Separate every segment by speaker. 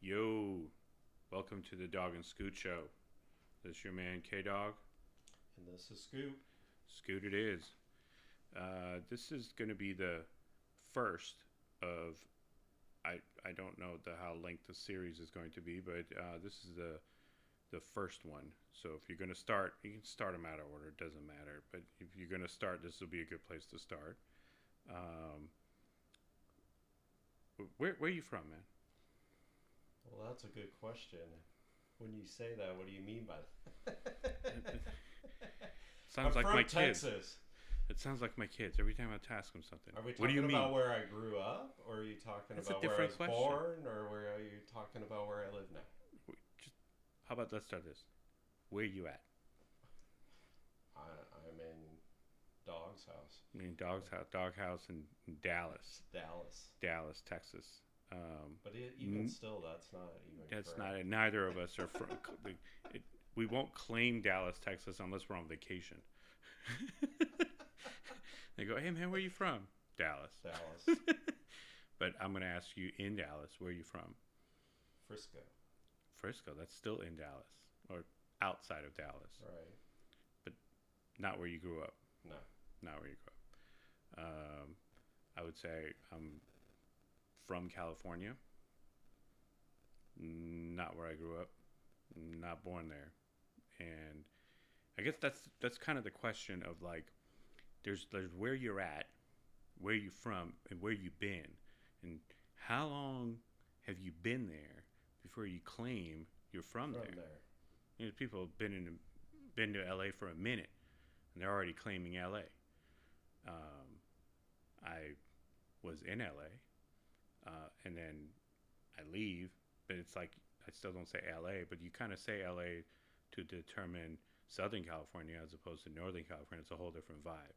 Speaker 1: Yo, welcome to the Dog and Scoot Show. This is your man K Dog.
Speaker 2: And this is Scoop.
Speaker 1: Scoot it is. Uh, this is going to be the first of. I I don't know the how length the series is going to be, but uh, this is the the first one. So if you're going to start, you can start them out of order. It doesn't matter. But if you're going to start, this will be a good place to start. Um, wh- where where are you from, man?
Speaker 2: Well, that's a good question. When you say that, what do you mean by that?
Speaker 1: Sounds
Speaker 2: I'm
Speaker 1: like
Speaker 2: from
Speaker 1: my kids.
Speaker 2: Texas.
Speaker 1: It sounds like my kids. Every time I task them something.
Speaker 2: Are we talking
Speaker 1: what do you mean?
Speaker 2: about where I grew up, or are you talking
Speaker 1: That's a
Speaker 2: about where I
Speaker 1: different
Speaker 2: was
Speaker 1: question.
Speaker 2: born, or where are you talking about where I live now?
Speaker 1: Just, how about let's start this. Where you at?
Speaker 2: I, I'm in Dog's house,
Speaker 1: I mean, dog's house, dog house in in Dallas,
Speaker 2: Dallas.
Speaker 1: Dallas, Texas. Um,
Speaker 2: But it, even
Speaker 1: Mm.
Speaker 2: still, that's not even.
Speaker 1: that's
Speaker 2: correct.
Speaker 1: not it. Neither of us are from. the- it, we won't claim Dallas, Texas, unless we're on vacation. they go, hey man, where you from? Dallas.
Speaker 2: Dallas,
Speaker 1: but I'm gonna ask you in Dallas, where you from?
Speaker 2: Frisco,
Speaker 1: Frisco. That's still in Dallas or outside of Dallas,
Speaker 2: right?
Speaker 1: not where you grew up.
Speaker 2: No,
Speaker 1: not where you grew up. Um, I would say I'm from California. Not where I grew up. Not born there. And I guess that's that's kind of the question of like there's there's where you're at, where you from, and where you've been, and how long have you been there before you claim you're from,
Speaker 2: from
Speaker 1: there.
Speaker 2: there.
Speaker 1: You know, people have been in been to LA for a minute, and they're already claiming LA. Um, I was in LA, uh, and then I leave, but it's like I still don't say LA, but you kind of say LA to determine Southern California as opposed to Northern California. It's a whole different vibe.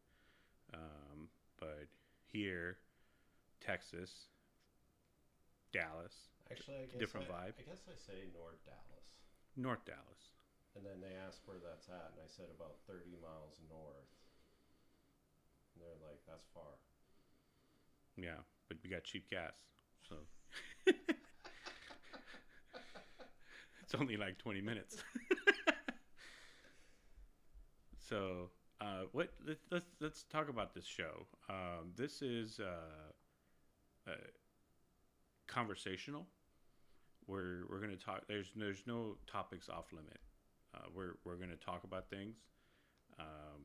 Speaker 1: Um, but here, Texas, Dallas,
Speaker 2: Actually, I guess
Speaker 1: different
Speaker 2: I-
Speaker 1: vibe.
Speaker 2: I guess I say North Dallas.
Speaker 1: North Dallas.
Speaker 2: And then they asked where that's at, and I said about 30 miles north. And they're like, that's far.
Speaker 1: Yeah, but we got cheap gas, so it's only like twenty minutes. so, uh, what? Let, let's let's talk about this show. Um, this is uh, uh, conversational. We're we're gonna talk. There's there's no topics off limit. Uh, we're we're gonna talk about things. Um,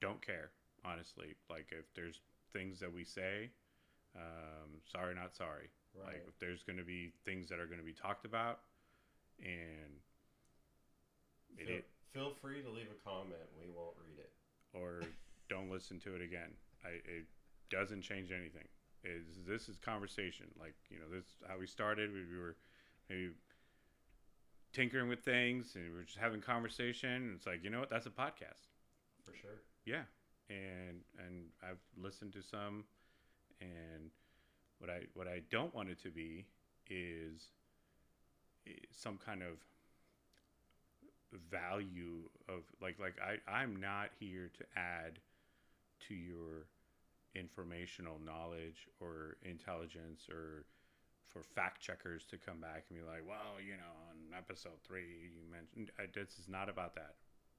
Speaker 1: don't care honestly. Like if there's things that we say. Um, sorry, not sorry.
Speaker 2: Right.
Speaker 1: Like if there's going to be things that are going to be talked about, and it,
Speaker 2: feel,
Speaker 1: it
Speaker 2: feel free to leave a comment. We won't read it.
Speaker 1: or don't listen to it again. I, it doesn't change anything. Is this is conversation? Like you know, this is how we started. We, we were maybe tinkering with things, and we were just having conversation. And it's like you know what? That's a podcast.
Speaker 2: For sure.
Speaker 1: Yeah, and and I've listened to some, and what I what I don't want it to be is eh, some kind of value of like like I I'm not here to add to your informational knowledge or intelligence or for fact checkers to come back and be like, well, you know, on episode three you mentioned I, this is not about that.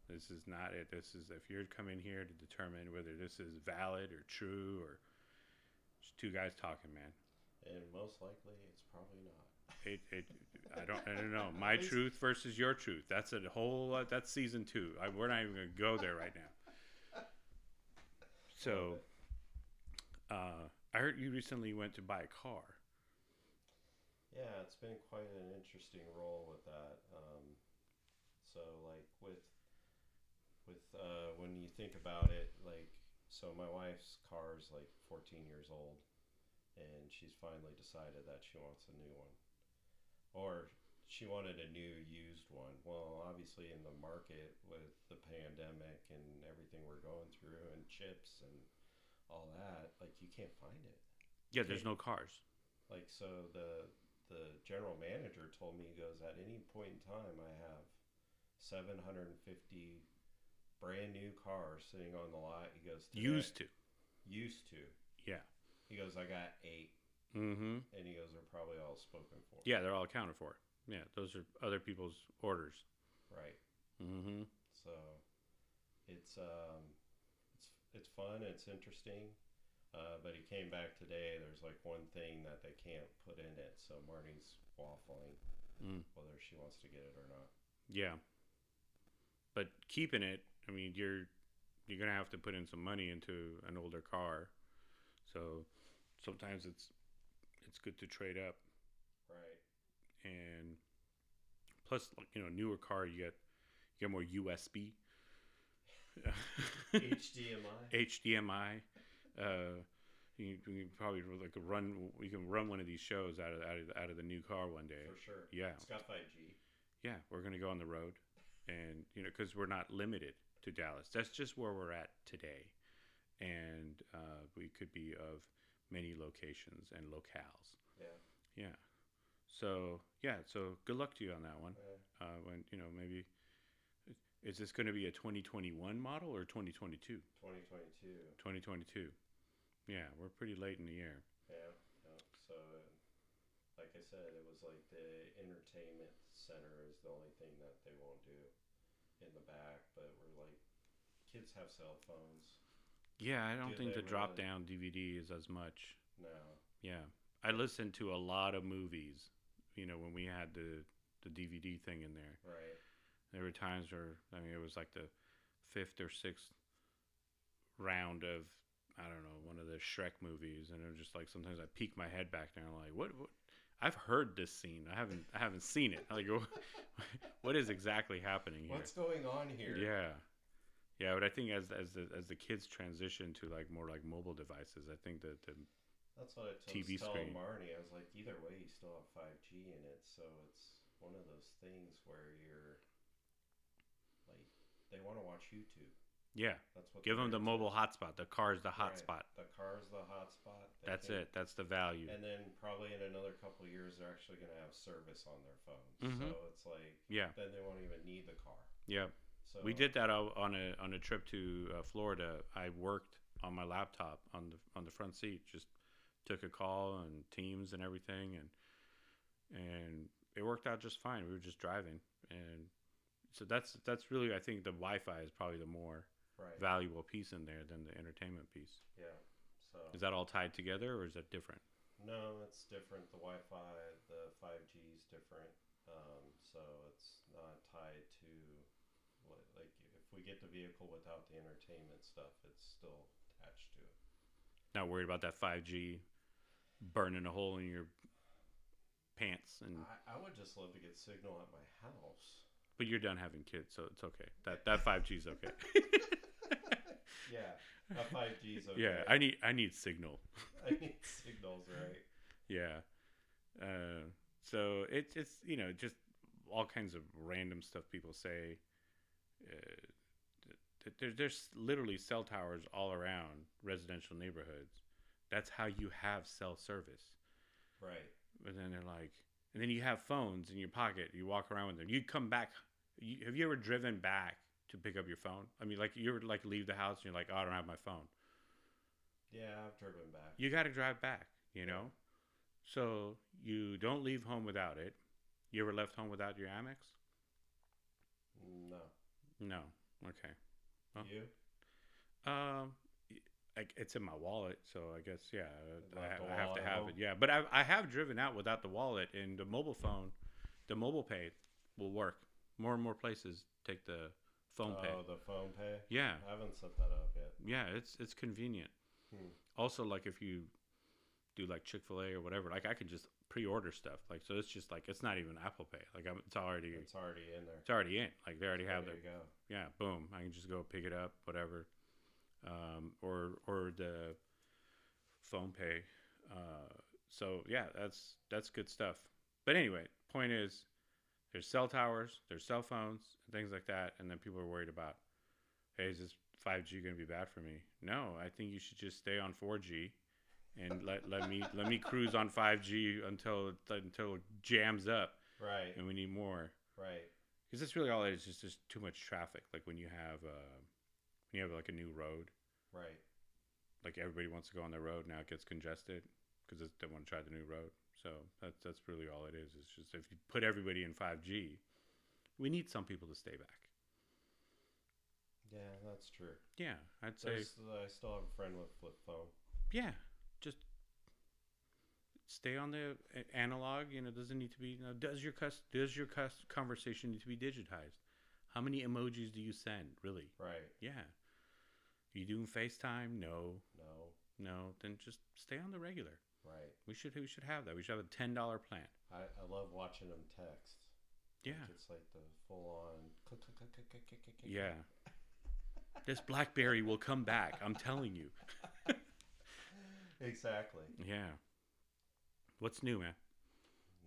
Speaker 1: This is not it. This is if you're coming here to determine whether this is valid or true or just two guys talking, man.
Speaker 2: And most likely, it's probably not.
Speaker 1: It, it I don't I don't know. My
Speaker 2: It's-
Speaker 1: truth versus your truth. That's a whole lot. That's season two. I, we're not even gonna go there right now. So, uh, I heard you recently went to buy a car.
Speaker 2: Yeah, it's been quite an interesting role with that. Um, so like with with uh, when you think about it, like so my wife's car is like 14 years old, and she's finally decided that she wants a new one, or she wanted a new used one. Well, obviously in the market with the pandemic and everything we're going through and chips and all that, like you can't find it
Speaker 1: Yeah, there's no cars.
Speaker 2: like so the the general manager told me he goes at any point in time i have 750 brand new cars sitting on the lot he goes "Today-
Speaker 1: Used to.
Speaker 2: used to
Speaker 1: Yeah.
Speaker 2: he goes i got eight
Speaker 1: Mm-hmm.
Speaker 2: and he goes they're probably all all spoken for.
Speaker 1: Yeah, they're all accounted for. Yeah, those are other people's orders.
Speaker 2: Right.
Speaker 1: Mm-hmm.
Speaker 2: So it's um, it's it's fun. It's interesting. Uh, but he came back today. There's like one thing that they can't put in it, so Marnie's waffling
Speaker 1: Mm.
Speaker 2: whether she wants to get it or not.
Speaker 1: Yeah. But keeping it, I mean, you're you're gonna have to put in some money into an older car, so sometimes it's it's good to trade up
Speaker 2: Right.
Speaker 1: and plus like, you know newer car you get you get more USB,
Speaker 2: HDMI.
Speaker 1: HDMI. Uh, you, you can probably like run you can run one of these shows out of out of, out of the new car one day.
Speaker 2: For sure.
Speaker 1: Yeah.
Speaker 2: It's got 5G.
Speaker 1: yeah, we're going to go on the road. And, you know, because we're not limited to Dallas. That's just where we're at today. And uh, we could be of many locations and locales.
Speaker 2: Yeah.
Speaker 1: Yeah. So, yeah. So good luck to you on that one.
Speaker 2: Yeah.
Speaker 1: Uh, when, you know, maybe is this going to be a 2021 model or 2022?
Speaker 2: 2022.
Speaker 1: 2022. Yeah, we're pretty late in the year.
Speaker 2: Yeah, yeah. So, uh, like I said, it was like the entertainment center is the only thing that they won't do in the back. But we're like, kids have cell phones
Speaker 1: Yeah, I don't
Speaker 2: Do
Speaker 1: think
Speaker 2: they
Speaker 1: the drop
Speaker 2: really-
Speaker 1: down DVD is as much.
Speaker 2: now.
Speaker 1: Yeah. I listened to a lot of movies, you know, when we had the, the DVD thing in there.
Speaker 2: Right.
Speaker 1: There were times where, I mean, it was like the fifth or sixth round of, I don't know, one of the Shrek movies. And it was just like, sometimes I peek my head back there and I'm like, what, what? I've heard this scene. I haven't, I haven't seen it. Like, what is exactly happening here?
Speaker 2: What's going on here?
Speaker 1: Yeah, yeah. But I think as as the as the kids transition to like more like mobile devices, I think that the
Speaker 2: That's what I told
Speaker 1: TV
Speaker 2: TV
Speaker 1: screen.
Speaker 2: Marnie. I was like, either way, you still have 5G in it. So it's one of those things where you're like, they want to watch YouTube.
Speaker 1: yeah,
Speaker 2: That's what
Speaker 1: Give
Speaker 2: they're
Speaker 1: them the
Speaker 2: into.
Speaker 1: mobile hotspot. The car's the
Speaker 2: Right.
Speaker 1: hotspot.
Speaker 2: The car's the hotspot. They
Speaker 1: That's
Speaker 2: can-
Speaker 1: it. That's the value.
Speaker 2: And then probably in another couple of years, they're actually going to have service on their phones.
Speaker 1: Mm-hmm.
Speaker 2: So it's like
Speaker 1: yeah,
Speaker 2: then they won't even need the car.
Speaker 1: yeah.
Speaker 2: So
Speaker 1: We did that o- on a on a trip to uh, Florida. I worked on my laptop on the on the front seat. Just took a call and Teams and everything, and and it worked out just fine. We were just driving, and so that's that's really I think the Wi-Fi is probably the more
Speaker 2: right.
Speaker 1: valuable piece in there than the entertainment piece.
Speaker 2: yeah. So
Speaker 1: Is that all tied together or is that different?
Speaker 2: no, it's different. The Wi-Fi, the five G is different. Um, so it's not tied to what- like if we get the vehicle without the entertainment stuff, it's still attached to it.
Speaker 1: Not worried about that 5G burning a hole in your pants and
Speaker 2: I, I would just love to get signal at my house.
Speaker 1: But you're done having kids, so it's okay. That that five G's okay.
Speaker 2: Yeah, a five G is okay.
Speaker 1: Yeah, I need I need signal.
Speaker 2: I need signals, right?
Speaker 1: Yeah. Uh, so it's it's you know just all kinds of random stuff people say. Uh, th- th- there, there's literally cell towers all around residential neighborhoods. That's how you have cell service.
Speaker 2: Right.
Speaker 1: And then they're like, and then you have phones in your pocket. You walk around with them. You come back. You, have you ever driven back to pick up your phone? I mean, like you were like leave the house and you're like, oh, I don't have my phone.
Speaker 2: Yeah, I've driven back.
Speaker 1: you got to drive back, you know? So you don't leave home without it. You ever left home without your Amex?
Speaker 2: No.
Speaker 1: No. Okay. Huh?
Speaker 2: You?
Speaker 1: Um, I, it's in my wallet, so I guess yeah, I,
Speaker 2: Left
Speaker 1: ha-
Speaker 2: the
Speaker 1: I have
Speaker 2: wallet
Speaker 1: to
Speaker 2: at
Speaker 1: have
Speaker 2: home.
Speaker 1: it. Yeah, but I, I have driven out without the wallet, and the mobile phone, the mobile pay will work. More and more places take the phone pay.
Speaker 2: oh, the phone pay?
Speaker 1: Yeah,
Speaker 2: I haven't set that up yet.
Speaker 1: yeah, it's it's convenient.
Speaker 2: Hmm.
Speaker 1: Also, like if you do like Chick Fil A or whatever, like I can just pre-order stuff. Like so, it's just like it's not even Apple Pay. Like I'm, it's already
Speaker 2: It's already in there.
Speaker 1: it's already in. Like they already have
Speaker 2: there
Speaker 1: their
Speaker 2: you go.
Speaker 1: yeah, boom. I can just go pick it up, whatever. Um, or or the phone pay. Uh, so yeah, that's that's good stuff. But anyway, point is, there's cell towers, there's cell phones, and things like that, and then people are worried about, hey, is this 5G going to be bad for me? No, I think you should just stay on 4G, and let, let me let me cruise on 5G until until it jams up,
Speaker 2: Right,
Speaker 1: and we need more
Speaker 2: right.
Speaker 1: because that's really all it is. Just just too much traffic. Like when you have uh, when you have like a new road,
Speaker 2: Right.
Speaker 1: like everybody wants to go on the road now. It gets congested because they want to try the new road. So that's that's really all it is. It's just if you put everybody in 5G, we need some people to stay back.
Speaker 2: Yeah, that's true.
Speaker 1: Yeah, I'd say
Speaker 2: There's, I still have a friend with flip phone.
Speaker 1: yeah, just stay on the a- analog. You know, doesn't need to be. You know, does your cus- does your cus- conversation need to be digitized? How many emojis do you send? Really?
Speaker 2: Right.
Speaker 1: Yeah. You doing FaceTime? No,
Speaker 2: No.
Speaker 1: no. Then just stay on the regular.
Speaker 2: Right.
Speaker 1: We should we should have that. We should have a ten dollar plan.
Speaker 2: I, I love watching them text.
Speaker 1: Yeah,
Speaker 2: Like, it's like the full on click click click click click click click. click.
Speaker 1: yeah. This BlackBerry will come back. I'm telling you.
Speaker 2: Exactly.
Speaker 1: Yeah. What's new, man?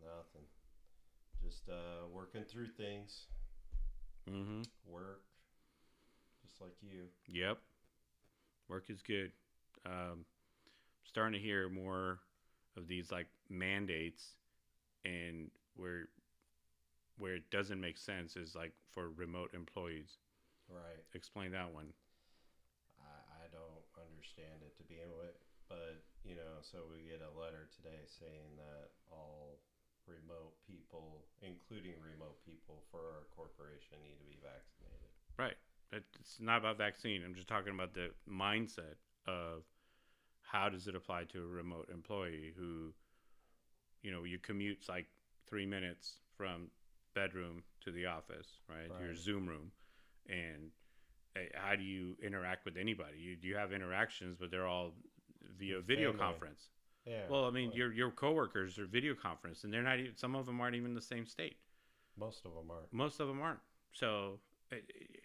Speaker 2: Nothing. Just uh, working through things.
Speaker 1: Mm-hmm.
Speaker 2: Work. Just like you.
Speaker 1: Yep. Work is good. Um, starting to hear more of these like mandates and where where it doesn't make sense is like for remote employees.
Speaker 2: Right.
Speaker 1: Explain that one.
Speaker 2: I, I don't understand it to begin with, but you know, so we get a letter today saying that all remote people, including remote people for our corporation, need to be vaccinated.
Speaker 1: Right. It- It's not about vaccine. I'm just talking about the mindset of how does it apply to a remote employee who, you know, you commutes like three minutes from bedroom to the office, right? Your
Speaker 2: Right.
Speaker 1: Zoom room, and eh, how do you interact with anybody? You you have interactions, but they're all via
Speaker 2: With
Speaker 1: video
Speaker 2: family.
Speaker 1: conference.
Speaker 2: Yeah.
Speaker 1: Well, I mean, your your coworkers are video conference, and they're not even. Some of them aren't even in the same state
Speaker 2: most of them aren't.
Speaker 1: most of them aren't. So, it, it,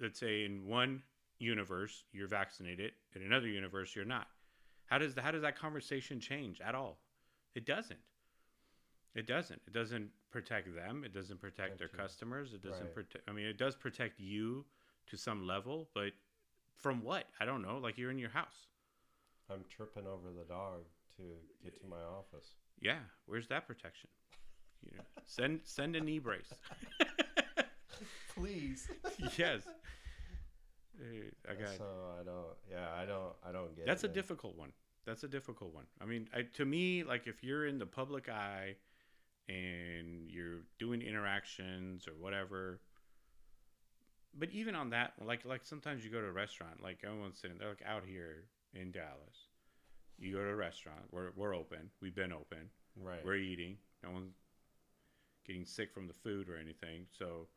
Speaker 1: let's say in one universe you're vaccinated, in another universe you're not. How does the, how does that conversation change at all? It doesn't. It doesn't. It doesn't protect them. It doesn't protect their
Speaker 2: Protect you.
Speaker 1: customers. It doesn't
Speaker 2: Right.
Speaker 1: protect. I mean, it does protect you to some level, but from what? I don't know. Like you're in your house.
Speaker 2: I'm tripping over the dog to get to my office.
Speaker 1: Yeah, where's that protection? You know, send send a knee brace.
Speaker 2: Please.
Speaker 1: yes. Eh, I got
Speaker 2: So I don't. Yeah, I don't. I don't get.
Speaker 1: That's a
Speaker 2: it.
Speaker 1: difficult one. That's a difficult one. I mean, I, to me, like if you're in the public eye and you're doing interactions or whatever, but even on that, like like sometimes you go to a restaurant, like everyone's sitting there, like out here in Dallas, you go to a restaurant. We're we're open. We've been open.
Speaker 2: Right.
Speaker 1: We're eating. No one's getting sick from the food or anything. So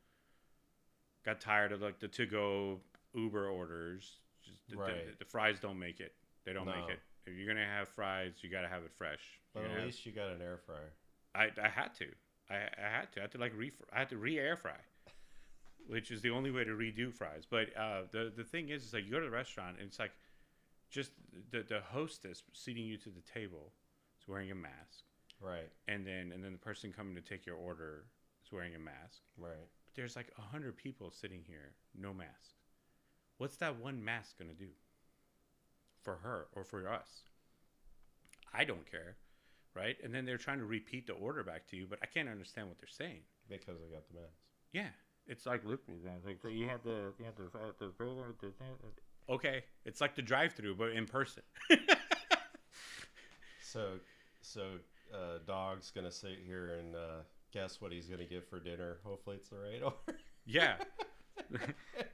Speaker 1: got tired of like the to go Uber orders. Just the, the-
Speaker 2: Right.
Speaker 1: the fries don't make it. They don't
Speaker 2: No.
Speaker 1: make it. If you're gonna have fries, you gotta have it fresh. You're
Speaker 2: But
Speaker 1: gonna
Speaker 2: at
Speaker 1: have-
Speaker 2: least you got an air fryer.
Speaker 1: I I had to. I, I had to. I had to like re I had to re air fry, which is the only way to redo fries. But uh, the the thing is, is like you go to the restaurant and it's like just the the hostess seating you to the table is wearing a mask
Speaker 2: Right.
Speaker 1: and then and then the person coming to take your order is wearing a mask.
Speaker 2: Right.
Speaker 1: But there's like a hundred people sitting here, no mask. What's that one mask gonna do? For her or for us? I don't care, right? And then they're trying to repeat the order back to you, but I can't understand what they're saying.
Speaker 2: Because I got the mask.
Speaker 1: Yeah, it's like literally that. It's Like so you have the you have the, uh, the burger, the thing- okay, it's like the drive-through, but in person.
Speaker 2: So, so uh, dog's gonna sit here and uh, guess what he's gonna get for dinner. Hopefully, it's the right order.
Speaker 1: yeah,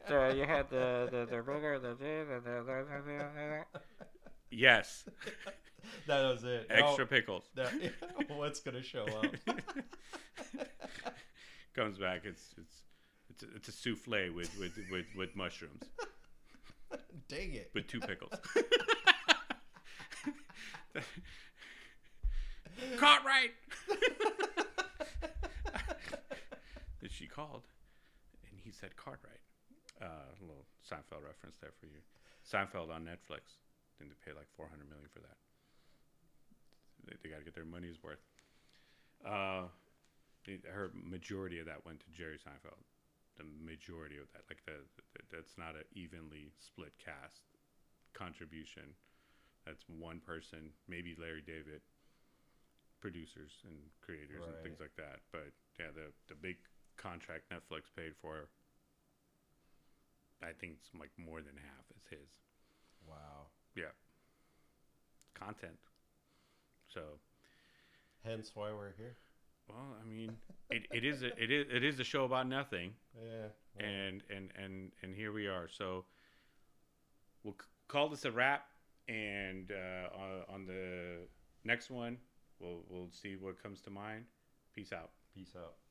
Speaker 3: So you had the the the burger, the cheese, and the- the
Speaker 1: yes,
Speaker 2: that was it.
Speaker 1: extra
Speaker 2: No,
Speaker 1: pickles.
Speaker 2: that, what's gonna show up?
Speaker 1: comes back. It's it's it's a, it's a souffle with with with, with mushrooms,
Speaker 2: Dang it!
Speaker 1: with two pickles. Caught right. And she called, and he said Cartwright. Uh, a little Seinfeld reference there for you. Seinfeld on Netflix. I think they paid like four hundred million for that. They, they got to get their money's worth. Uh, it- her majority of that went to Jerry Seinfeld. The majority of that, like the, the that's not an evenly split cast contribution. That's one person, maybe Larry David, producers and creators and things like that. But yeah, the the big contract Netflix paid for, I think it's like more than half is his
Speaker 2: Wow.
Speaker 1: content. So
Speaker 2: Hence why we're here.
Speaker 1: Well, I mean, it, it is a, it is it is a show about nothing,
Speaker 2: Yeah. yeah.
Speaker 1: and and and and here we are. So we'll c- call this a wrap, and uh, on- on the next one, we'll we'll see what comes to mind. Peace out.
Speaker 2: Peace out.